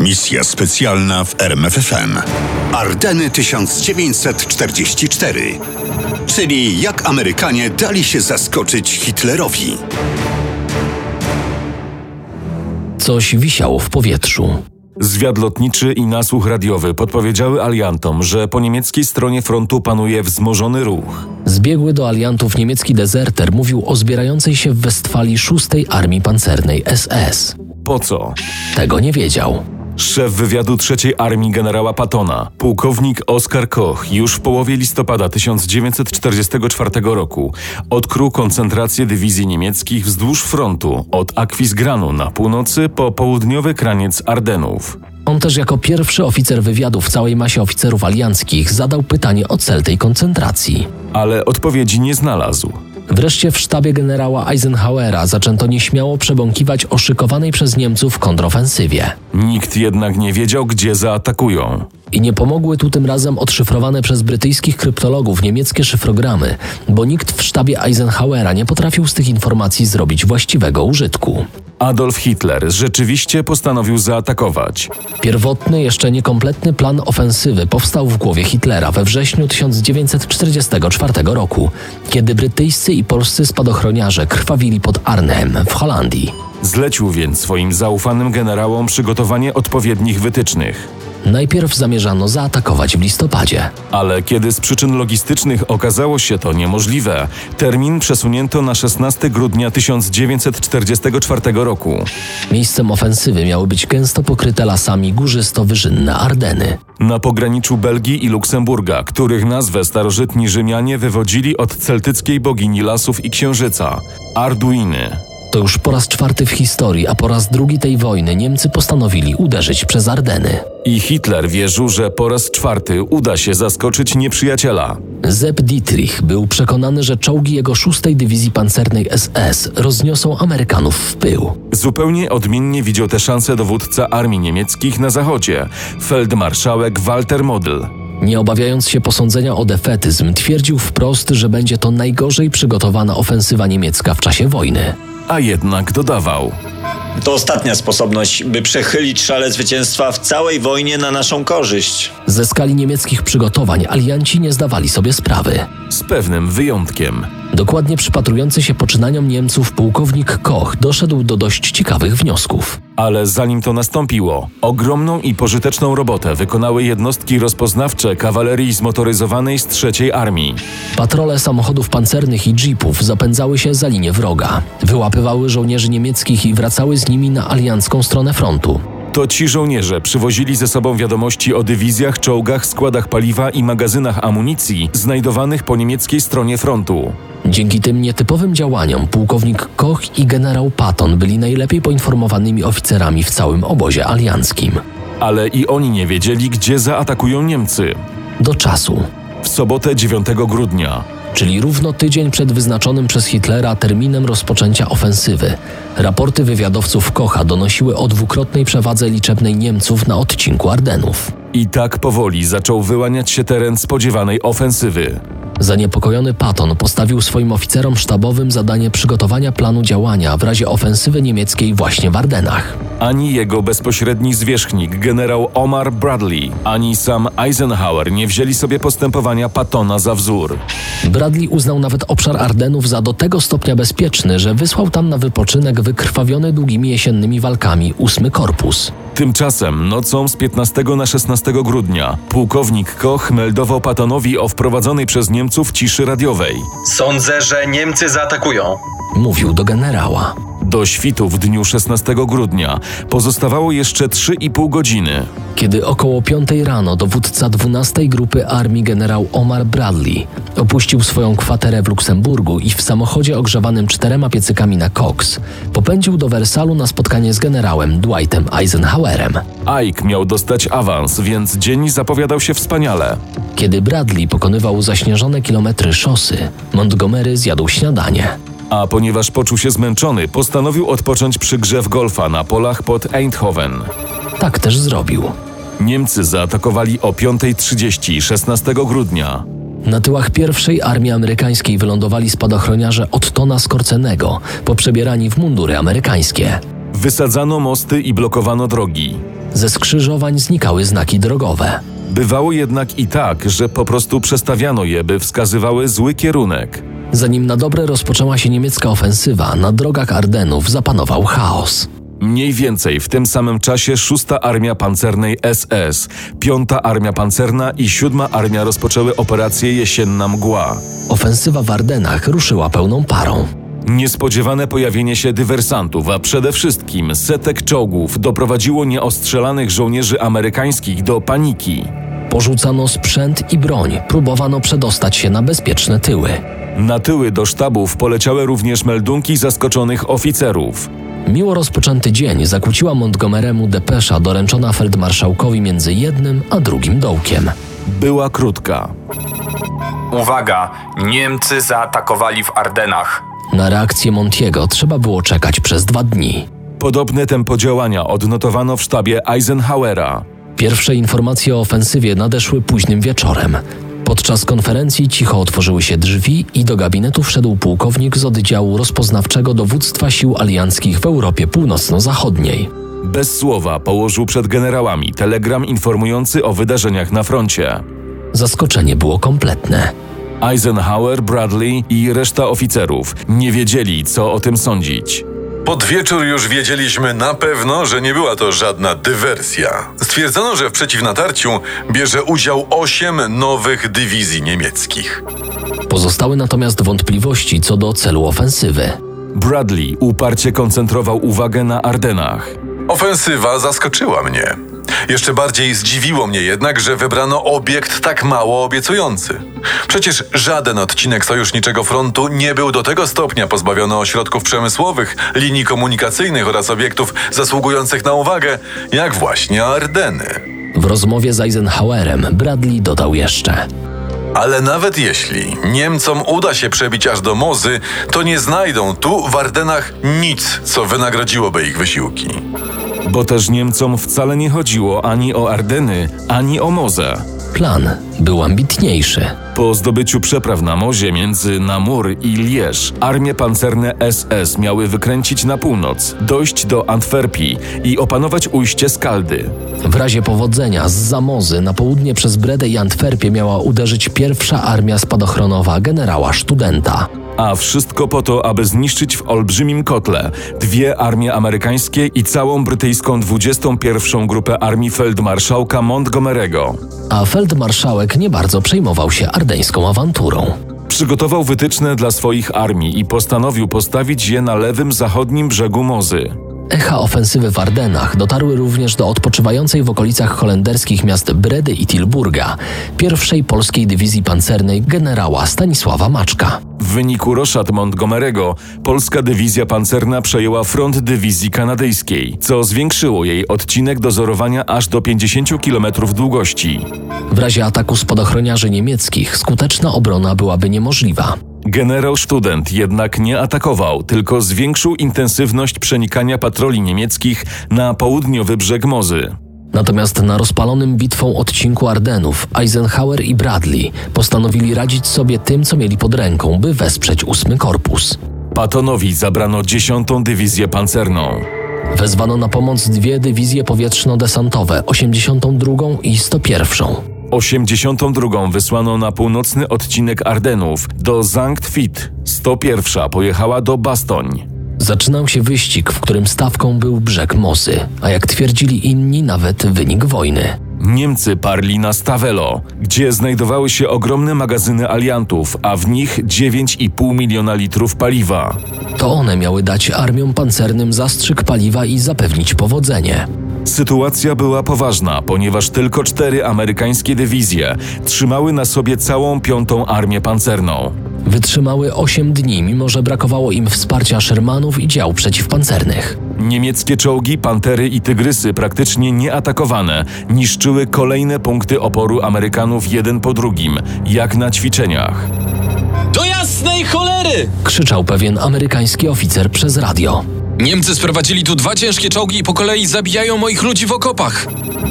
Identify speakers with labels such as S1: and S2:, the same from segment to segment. S1: Misja specjalna w RMFFM. Ardeny 1944. Czyli jak Amerykanie dali się zaskoczyć Hitlerowi.
S2: Coś wisiało w powietrzu.
S3: Zwiad lotniczy i nasłuch radiowy podpowiedziały aliantom, że po niemieckiej stronie frontu panuje wzmożony ruch.
S2: Zbiegły do aliantów niemiecki dezerter mówił o zbierającej się w Westfalii VI Armii Pancernej SS.
S3: Po co?
S2: Tego nie wiedział.
S3: Szef wywiadu III Armii generała Pattona, pułkownik Oskar Koch, już w połowie listopada 1944 roku odkrył koncentrację dywizji niemieckich wzdłuż frontu od Akwizgranu na północy po południowy kraniec Ardenów.
S2: On też jako pierwszy oficer wywiadu w całej masie oficerów alianckich zadał pytanie o cel tej koncentracji.
S3: Ale odpowiedzi nie znalazł.
S2: Wreszcie w sztabie generała Eisenhowera zaczęto nieśmiało przebąkiwać o szykowanej przez Niemców kontrofensywie.
S3: Nikt jednak nie wiedział, gdzie zaatakują.
S2: I nie pomogły tu tym razem odszyfrowane przez brytyjskich kryptologów niemieckie szyfrogramy, bo nikt w sztabie Eisenhowera nie potrafił z tych informacji zrobić właściwego użytku.
S3: Adolf Hitler rzeczywiście postanowił zaatakować.
S2: Pierwotny, jeszcze niekompletny plan ofensywy powstał w głowie Hitlera we wrześniu 1944 roku, kiedy brytyjscy i polscy spadochroniarze krwawili pod Arnhem w Holandii.
S3: Zlecił więc swoim zaufanym generałom przygotowanie odpowiednich wytycznych.
S2: Najpierw zamierzano zaatakować w listopadzie.
S3: Ale kiedy z przyczyn logistycznych okazało się to niemożliwe, termin przesunięto na 16 grudnia 1944 roku.
S2: Miejscem ofensywy miały być gęsto pokryte lasami górzysto-wyżynne Ardeny.
S3: Na pograniczu Belgii i Luksemburga, których nazwę starożytni Rzymianie wywodzili od celtyckiej bogini lasów i księżyca Arduiny.
S2: To już po raz czwarty w historii, a po raz drugi tej wojny Niemcy postanowili uderzyć przez Ardeny.
S3: I Hitler wierzył, że po raz czwarty uda się zaskoczyć nieprzyjaciela.
S2: Zeb Dietrich był przekonany, że czołgi jego szóstej Dywizji Pancernej SS rozniosą Amerykanów w pył.
S3: Zupełnie odmiennie widział te szanse dowódca armii niemieckich na zachodzie, feldmarszałek Walter Model.
S2: Nie obawiając się posądzenia o defetyzm, twierdził wprost, że będzie to najgorzej przygotowana ofensywa niemiecka w czasie wojny.
S3: A jednak dodawał.
S4: To ostatnia sposobność, by przechylić szale zwycięstwa w całej wojnie na naszą korzyść.
S2: Ze skali niemieckich przygotowań alianci nie zdawali sobie sprawy.
S3: Z pewnym wyjątkiem.
S2: Dokładnie przypatrujący się poczynaniom Niemców pułkownik Koch doszedł do dość ciekawych wniosków.
S3: Ale zanim to nastąpiło, ogromną i pożyteczną robotę wykonały jednostki rozpoznawcze kawalerii zmotoryzowanej z III Armii.
S2: Patrole samochodów pancernych i jeepów zapędzały się za linię wroga, wyłapywały żołnierzy niemieckich i wracały z nimi na aliancką stronę frontu.
S3: To ci żołnierze przywozili ze sobą wiadomości o dywizjach, czołgach, składach paliwa i magazynach amunicji znajdowanych po niemieckiej stronie frontu.
S2: Dzięki tym nietypowym działaniom pułkownik Koch i generał Patton byli najlepiej poinformowanymi oficerami w całym obozie alianckim.
S3: Ale i oni nie wiedzieli, gdzie zaatakują Niemcy.
S2: Do czasu,
S3: W sobotę 9 grudnia
S2: czyli równo tydzień przed wyznaczonym przez Hitlera terminem rozpoczęcia ofensywy. Raporty wywiadowców Kocha donosiły o dwukrotnej przewadze liczebnej Niemców na odcinku Ardenów.
S3: i tak powoli zaczął wyłaniać się teren spodziewanej ofensywy.
S2: Zaniepokojony Patton postawił swoim oficerom sztabowym zadanie przygotowania planu działania w razie ofensywy niemieckiej właśnie w Ardenach.
S3: Ani jego bezpośredni zwierzchnik, generał Omar Bradley, ani sam Eisenhower nie wzięli sobie postępowania Pattona za wzór.
S2: Bradley uznał nawet obszar Ardenów za do tego stopnia bezpieczny, że wysłał tam na wypoczynek wykrwawiony długimi jesiennymi walkami ósmy korpus.
S3: Tymczasem nocą z 15 na 16 grudnia pułkownik Koch meldował Pattonowi o wprowadzonej przez Niemców ciszy radiowej.
S5: Sądzę, że Niemcy zaatakują.
S2: Mówił do generała.
S3: Do świtu w dniu 16 grudnia pozostawało jeszcze 3,5 godziny.
S2: Kiedy około 5 rano dowódca 12 grupy armii generał Omar Bradley opuścił swoją kwaterę w Luksemburgu i w samochodzie ogrzewanym czterema piecykami na koks popędził do Wersalu na spotkanie z generałem Dwightem Eisenhowerem.
S3: Ike miał dostać awans, więc dzień zapowiadał się wspaniale.
S2: Kiedy Bradley pokonywał zaśnieżone kilometry szosy, Montgomery zjadł śniadanie.
S3: A ponieważ poczuł się zmęczony, postanowił odpocząć przy grze w golfa na polach pod Eindhoven.
S2: Tak też zrobił.
S3: Niemcy zaatakowali o 5.30 16 grudnia.
S2: Na tyłach pierwszej armii amerykańskiej wylądowali spadochroniarze Ottona Skorcenego, poprzebierani w mundury amerykańskie.
S3: Wysadzano mosty i blokowano drogi.
S2: Ze skrzyżowań znikały znaki drogowe.
S3: Bywało jednak i tak, że po prostu przestawiano je, by wskazywały zły kierunek.
S2: Zanim na dobre rozpoczęła się niemiecka ofensywa, na drogach Ardenów zapanował chaos.
S3: Mniej więcej w tym samym czasie 6 Armia Pancernej SS, 5 Armia Pancerna i 7 Armia rozpoczęły operację Jesienna Mgła.
S2: Ofensywa w Ardenach ruszyła pełną parą.
S3: Niespodziewane pojawienie się dywersantów, a przede wszystkim setek czołgów doprowadziło nieostrzelanych żołnierzy amerykańskich do paniki.
S2: Porzucano sprzęt i broń, próbowano przedostać się na bezpieczne tyły.
S3: Na tyły do sztabów poleciały również meldunki zaskoczonych oficerów.
S2: Miło rozpoczęty dzień zakłóciła Montgomeremu depesza doręczona feldmarszałkowi między jednym a drugim dołkiem.
S3: Była krótka.
S6: Uwaga! Niemcy zaatakowali w Ardenach.
S2: Na reakcję Montiego trzeba było czekać przez dwa dni.
S3: Podobne tempo działania odnotowano w sztabie Eisenhowera.
S2: Pierwsze informacje o ofensywie nadeszły późnym wieczorem. Podczas konferencji cicho otworzyły się drzwi i do gabinetu wszedł pułkownik z oddziału rozpoznawczego dowództwa sił alianckich w Europie Północno-Zachodniej.
S3: Bez słowa położył przed generałami telegram informujący o wydarzeniach na froncie.
S2: Zaskoczenie było kompletne.
S3: Eisenhower, Bradley i reszta oficerów nie wiedzieli, co o tym sądzić.
S7: Pod wieczór już wiedzieliśmy na pewno, że nie była to żadna dywersja. Stwierdzono, że w przeciwnatarciu bierze udział osiem nowych dywizji niemieckich.
S2: Pozostały natomiast wątpliwości co do celu ofensywy.
S3: Bradley uparcie koncentrował uwagę na Ardenach.
S7: Ofensywa zaskoczyła mnie. Jeszcze bardziej zdziwiło mnie jednak, że wybrano obiekt tak mało obiecujący. Przecież żaden odcinek sojuszniczego frontu nie był do tego stopnia pozbawiony ośrodków przemysłowych, linii komunikacyjnych oraz obiektów zasługujących na uwagę, jak właśnie Ardeny.
S2: W rozmowie z Eisenhowerem Bradley dodał jeszcze:
S7: Ale nawet jeśli Niemcom uda się przebić aż do Mozy, to nie znajdą tu w Ardenach nic, co wynagrodziłoby ich wysiłki.
S3: Bo też Niemcom wcale nie chodziło ani o Ardeny, ani o Mozę.
S2: Plan był ambitniejszy.
S3: Po zdobyciu przepraw na Mozie między Namur i Lierz, armie pancerne SS miały wykręcić na północ, dojść do Antwerpii i opanować ujście Skaldy.
S2: W razie powodzenia z Zamozy na południe przez Bredę i Antwerpię miała uderzyć pierwsza armia spadochronowa generała Studenta.
S3: A wszystko po to, aby zniszczyć w olbrzymim kotle dwie armie amerykańskie i całą brytyjską 21. Grupę Armii Feldmarszałka Montgomery'ego.
S2: A feldmarszałek nie bardzo przejmował się ardeńską awanturą.
S3: Przygotował wytyczne dla swoich armii i postanowił postawić je na lewym zachodnim brzegu Mozy.
S2: Echa ofensywy w Ardenach dotarły również do odpoczywającej w okolicach holenderskich miast Bredy i Tilburga, pierwszej polskiej dywizji pancernej generała Stanisława Maczka.
S3: W wyniku roszad Montgomery'ego polska dywizja pancerna przejęła front dywizji kanadyjskiej, co zwiększyło jej odcinek dozorowania aż do 50 km długości.
S2: W razie ataku spadochroniarzy niemieckich skuteczna obrona byłaby niemożliwa.
S3: Generał Student jednak nie atakował, tylko zwiększył intensywność przenikania patroli niemieckich na południowy brzeg Mozy.
S2: Natomiast na rozpalonym bitwą odcinku Ardenów Eisenhower i Bradley postanowili radzić sobie tym, co mieli pod ręką, by wesprzeć ósmy korpus.
S3: Patonowi zabrano 10. Dywizję Pancerną.
S2: Wezwano na pomoc dwie dywizje powietrzno-desantowe, 82 i 101.
S3: 82. wysłano na północny odcinek Ardenów do Zanktfit. 101. pojechała do Bastoń.
S2: Zaczynał się wyścig, w którym stawką był brzeg Mosy, a jak twierdzili inni, nawet wynik wojny.
S3: Niemcy parli na Stavelo, gdzie znajdowały się ogromne magazyny aliantów, a w nich 9,5 miliona litrów paliwa.
S2: To one miały dać armiom pancernym zastrzyk paliwa i zapewnić powodzenie.
S3: Sytuacja była poważna, ponieważ tylko cztery amerykańskie dywizje trzymały na sobie całą piątą armię pancerną.
S2: Wytrzymały 8 dni, mimo że brakowało im wsparcia Shermanów i dział przeciwpancernych.
S3: Niemieckie czołgi, pantery i tygrysy, praktycznie nieatakowane, niszczyły kolejne punkty oporu Amerykanów jeden po drugim, jak na ćwiczeniach.
S8: Do jasnej cholery!
S2: Krzyczał pewien amerykański oficer przez radio.
S8: Niemcy sprowadzili tu dwa ciężkie czołgi i po kolei zabijają moich ludzi w okopach.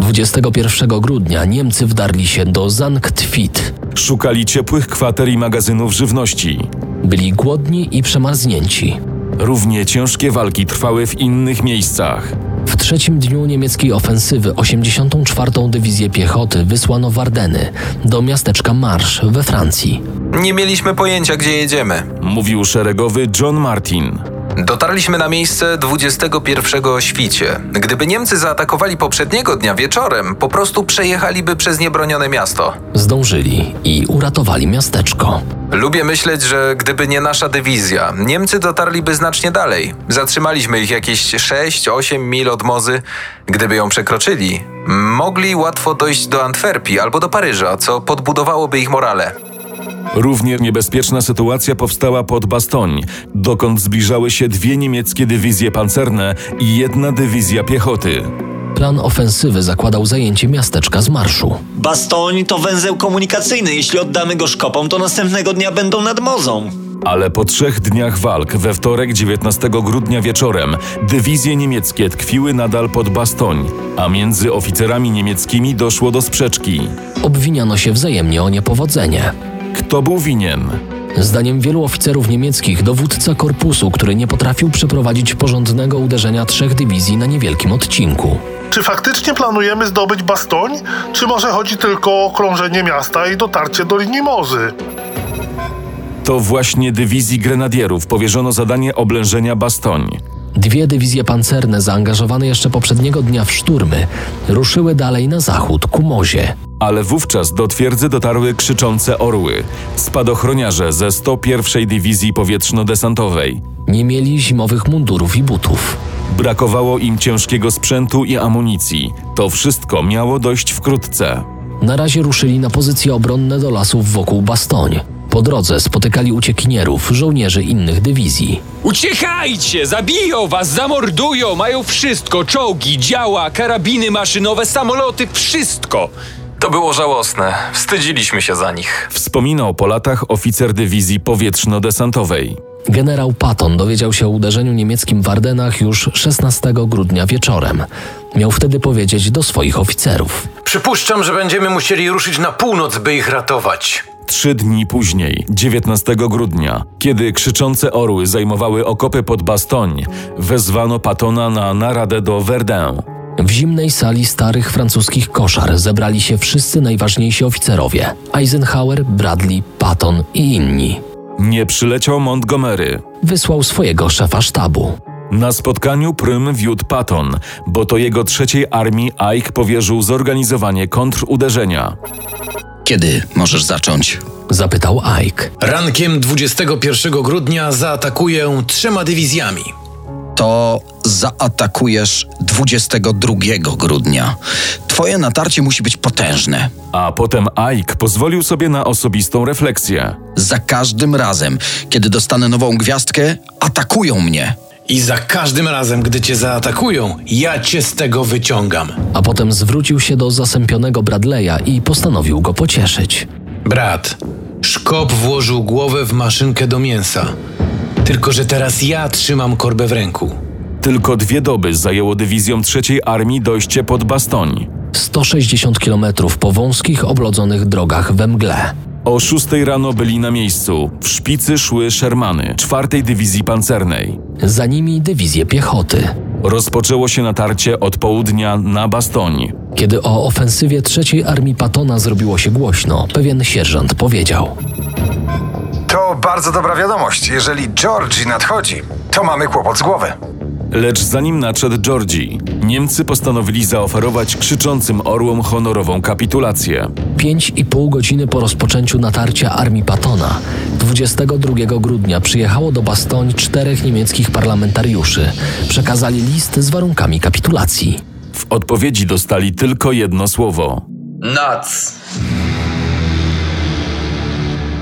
S2: 21 grudnia Niemcy wdarli się do Zanktfit.
S3: Szukali ciepłych kwater i magazynów żywności.
S2: Byli głodni i przemarznięci.
S3: Równie ciężkie walki trwały w innych miejscach.
S2: W trzecim dniu niemieckiej ofensywy 84. Dywizję Piechoty wysłano w Ardeny, do miasteczka Marsz we Francji.
S9: Nie mieliśmy pojęcia, gdzie jedziemy.
S3: Mówił szeregowy John Martin.
S9: Dotarliśmy na miejsce 21 o świcie. Gdyby Niemcy zaatakowali poprzedniego dnia wieczorem, po prostu przejechaliby przez niebronione miasto.
S2: Zdążyli i uratowali miasteczko.
S9: Lubię myśleć, że gdyby nie nasza dywizja, Niemcy dotarliby znacznie dalej. Zatrzymaliśmy ich jakieś 6-8 mil od Mozy. Gdyby ją przekroczyli, mogli łatwo dojść do Antwerpii albo do Paryża, co podbudowałoby ich morale.
S3: Równie niebezpieczna sytuacja powstała pod Bastoń, dokąd zbliżały się dwie niemieckie dywizje pancerne i jedna dywizja piechoty.
S2: Plan ofensywy zakładał zajęcie miasteczka z marszu.
S4: Bastoń to węzeł komunikacyjny. Jeśli oddamy go szkopom, to następnego dnia będą nad mozą.
S3: Ale po trzech dniach walk, we wtorek 19 grudnia wieczorem, dywizje niemieckie tkwiły nadal pod Bastoń, a między oficerami niemieckimi doszło do sprzeczki.
S2: Obwiniano się wzajemnie o niepowodzenie.
S3: Kto był winien?
S2: Zdaniem wielu oficerów niemieckich, dowódca korpusu, który nie potrafił przeprowadzić porządnego uderzenia trzech dywizji na niewielkim odcinku.
S10: Czy faktycznie planujemy zdobyć Bastoń? Czy może chodzi tylko o krążenie miasta i dotarcie do linii Mozy?
S3: To właśnie dywizji grenadierów powierzono zadanie oblężenia Bastoń.
S2: Dwie dywizje pancerne, zaangażowane jeszcze poprzedniego dnia w szturmy, ruszyły dalej na zachód ku Mozie.
S3: Ale wówczas do twierdzy dotarły krzyczące orły, spadochroniarze ze 101 Dywizji Powietrzno-Desantowej.
S2: Nie mieli zimowych mundurów i butów.
S3: Brakowało im ciężkiego sprzętu i amunicji. To wszystko miało dojść wkrótce.
S2: Na razie ruszyli na pozycje obronne do lasów wokół Bastoń. Po drodze spotykali uciekinierów, żołnierzy innych dywizji.
S8: Uciekajcie! Zabiją was, zamordują! Mają wszystko: czołgi, działa, karabiny maszynowe, samoloty, wszystko!
S6: To było żałosne. Wstydziliśmy się za nich.
S3: Wspominał po latach oficer Dywizji Powietrzno-Desantowej.
S2: Generał Patton dowiedział się o uderzeniu niemieckim w Ardenach już 16 grudnia wieczorem. Miał wtedy powiedzieć do swoich oficerów.
S11: Przypuszczam, że będziemy musieli ruszyć na północ, by ich ratować.
S3: Trzy dni później, 19 grudnia, kiedy krzyczące orły zajmowały okopy pod Bastoń, wezwano Patona na naradę do Verdun.
S2: W zimnej sali starych francuskich koszar zebrali się wszyscy najważniejsi oficerowie: Eisenhower, Bradley, Patton i inni.
S3: Nie przyleciał Montgomery.
S2: Wysłał swojego szefa sztabu.
S3: Na spotkaniu prym wiódł Patton, bo to jego trzeciej armii Ike powierzył zorganizowanie kontruderzenia.
S12: Kiedy możesz zacząć?
S2: Zapytał Ike.
S11: Rankiem 21 grudnia zaatakuję trzema dywizjami.
S12: To zaatakujesz 22 grudnia. Twoje natarcie musi być potężne.
S3: A potem Ike pozwolił sobie na osobistą refleksję.
S12: Za każdym razem, kiedy dostanę nową gwiazdkę, atakują mnie.
S11: I za każdym razem, gdy cię zaatakują, ja cię z tego wyciągam.
S2: A potem zwrócił się do zasępionego Bradleya i postanowił go pocieszyć.
S11: Brat, szkop włożył głowę w maszynkę do mięsa. Tylko, że teraz ja trzymam korbę w ręku.
S3: Tylko dwie doby zajęło dywizjom trzeciej armii dojście pod Bastoń.
S2: 160 km po wąskich, oblodzonych drogach we mgle.
S3: O 6 rano byli na miejscu. W szpicy szły Shermany, czwartej dywizji pancernej.
S2: Za nimi dywizje piechoty.
S3: Rozpoczęło się natarcie od południa na Bastoń.
S2: Kiedy o ofensywie trzeciej armii Patona zrobiło się głośno, pewien sierżant powiedział:
S13: To bardzo dobra wiadomość. Jeżeli Georgi nadchodzi, to mamy kłopot z głowy.
S3: Lecz zanim nadszedł Georgi, Niemcy postanowili zaoferować krzyczącym orłom honorową kapitulację.
S2: Pięć i pół godziny po rozpoczęciu natarcia armii Patona, 22 grudnia przyjechało do Bastoń czterech niemieckich parlamentariuszy. Przekazali list z warunkami kapitulacji.
S3: W odpowiedzi dostali tylko jedno słowo.
S5: Nac.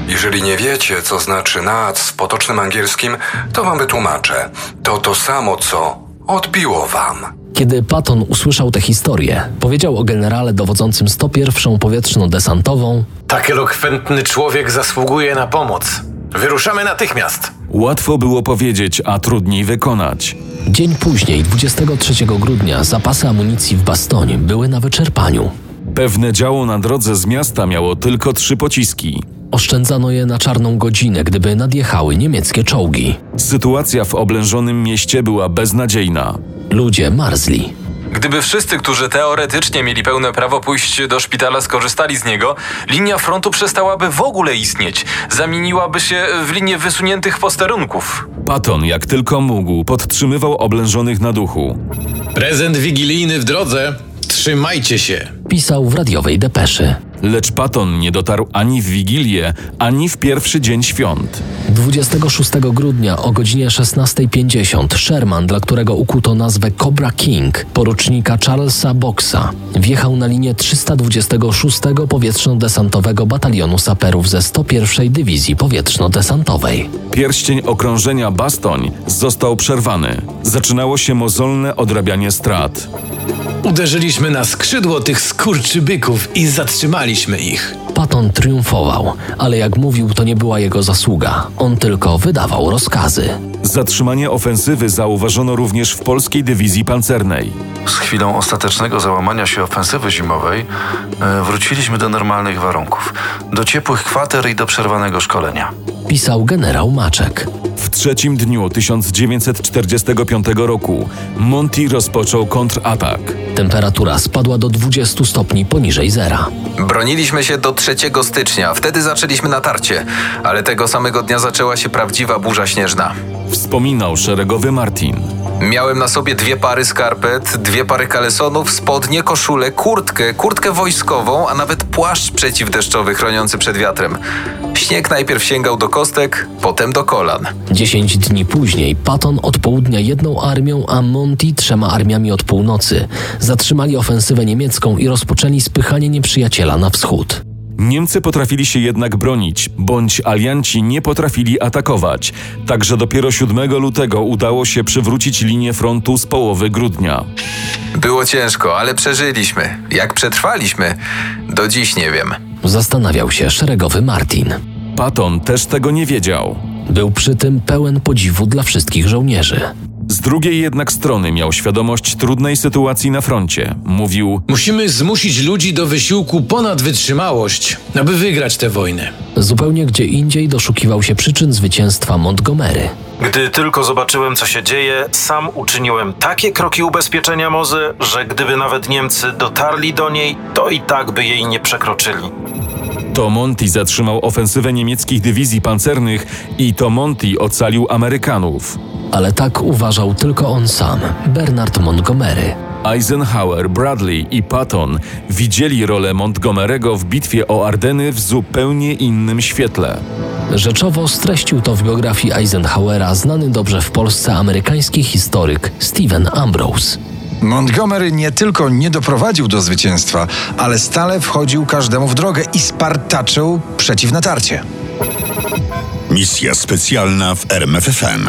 S14: Jeżeli nie wiecie, co znaczy NAC w potocznym angielskim, to wam wytłumaczę. To to samo, co odbiło wam.
S2: Kiedy Patton usłyszał tę historię, powiedział o generale dowodzącym 101 powietrzno-desantową:
S11: Tak elokwentny człowiek zasługuje na pomoc. Wyruszamy natychmiast.
S3: Łatwo było powiedzieć, a trudniej wykonać.
S2: Dzień później, 23 grudnia, zapasy amunicji w Bastonie były na wyczerpaniu.
S3: Pewne działo na drodze z miasta miało tylko trzy pociski.
S2: Oszczędzano je na czarną godzinę, gdyby nadjechały niemieckie czołgi.
S3: Sytuacja w oblężonym mieście była beznadziejna.
S2: Ludzie marzli.
S6: Gdyby wszyscy, którzy teoretycznie mieli pełne prawo pójść do szpitala, skorzystali z niego, linia frontu przestałaby w ogóle istnieć. Zamieniłaby się w linię wysuniętych posterunków.
S3: Patton, jak tylko mógł, podtrzymywał oblężonych na duchu.
S11: Prezent wigilijny w drodze. Trzymajcie się.
S2: Pisał w radiowej depeszy.
S3: Lecz Patton nie dotarł ani w Wigilię, ani w pierwszy dzień świąt.
S2: 26 grudnia o godzinie 16.50 Sherman, dla którego ukuto nazwę Cobra King, porucznika Charlesa Boxa, wjechał na linię 326 Powietrzno-Desantowego Batalionu Saperów ze 101 Dywizji Powietrzno-Desantowej.
S3: Pierścień okrążenia Bastoń został przerwany. Zaczynało się mozolne odrabianie strat.
S11: Uderzyliśmy na skrzydło tych skurczybyków i zatrzymaliśmy ich.
S2: Patton triumfował, ale jak mówił, to nie była jego zasługa. On tylko wydawał rozkazy.
S3: Zatrzymanie ofensywy zauważono również w polskiej dywizji pancernej.
S15: Z chwilą ostatecznego załamania się ofensywy zimowej e, wróciliśmy do normalnych warunków, do ciepłych kwater i do przerwanego szkolenia.
S2: Pisał generał Maczek.
S3: W trzecim dniu 1945 roku Monty rozpoczął kontratak.
S2: Temperatura spadła do 20 stopni poniżej zera.
S9: Broniliśmy się do 3 stycznia, wtedy zaczęliśmy natarcie, ale tego samego dnia zaczęła się prawdziwa burza śnieżna.
S3: Wspominał szeregowy Martin.
S9: Miałem na sobie dwie pary skarpet, dwie pary kalesonów, spodnie, koszulę, kurtkę, kurtkę wojskową, a nawet płaszcz przeciwdeszczowy chroniący przed wiatrem. Śnieg najpierw sięgał do kostek, potem do kolan.
S2: Dziesięć dni później Patton od południa jedną armią, a Monty trzema armiami od północy. Zatrzymali ofensywę niemiecką i rozpoczęli spychanie nieprzyjaciela na wschód.
S3: Niemcy potrafili się jednak bronić, bądź alianci nie potrafili atakować. Także dopiero 7 lutego udało się przywrócić linię frontu z połowy grudnia.
S9: Było ciężko, ale przeżyliśmy. Jak przetrwaliśmy, do dziś nie wiem.
S2: Zastanawiał się szeregowy Martin.
S3: Patton też tego nie wiedział.
S2: Był przy tym pełen podziwu dla wszystkich żołnierzy.
S3: Z drugiej jednak strony miał świadomość trudnej sytuacji na froncie. Mówił:
S11: Musimy zmusić ludzi do wysiłku ponad wytrzymałość, aby wygrać tę wojnę.
S2: Zupełnie gdzie indziej doszukiwał się przyczyn zwycięstwa Montgomery.
S16: Gdy tylko zobaczyłem, co się dzieje, sam uczyniłem takie kroki ubezpieczenia Mozy, że gdyby nawet Niemcy dotarli do niej, to i tak by jej nie przekroczyli.
S3: To Monty zatrzymał ofensywę niemieckich dywizji pancernych i to Monty ocalił Amerykanów.
S2: Ale tak uważał tylko on sam, Bernard Montgomery.
S3: Eisenhower, Bradley i Patton widzieli rolę Montgomery'ego w bitwie o Ardeny w zupełnie innym świetle.
S2: Rzeczowo streścił to w biografii Eisenhowera znany dobrze w Polsce amerykański historyk Stephen Ambrose.
S13: Montgomery nie tylko nie doprowadził do zwycięstwa, ale stale wchodził każdemu w drogę i spartaczył przeciw natarcie.
S1: Misja specjalna w RMFFM.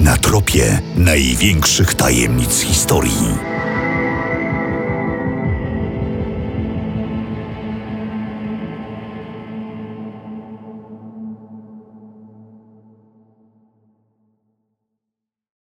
S1: Na tropie największych tajemnic historii.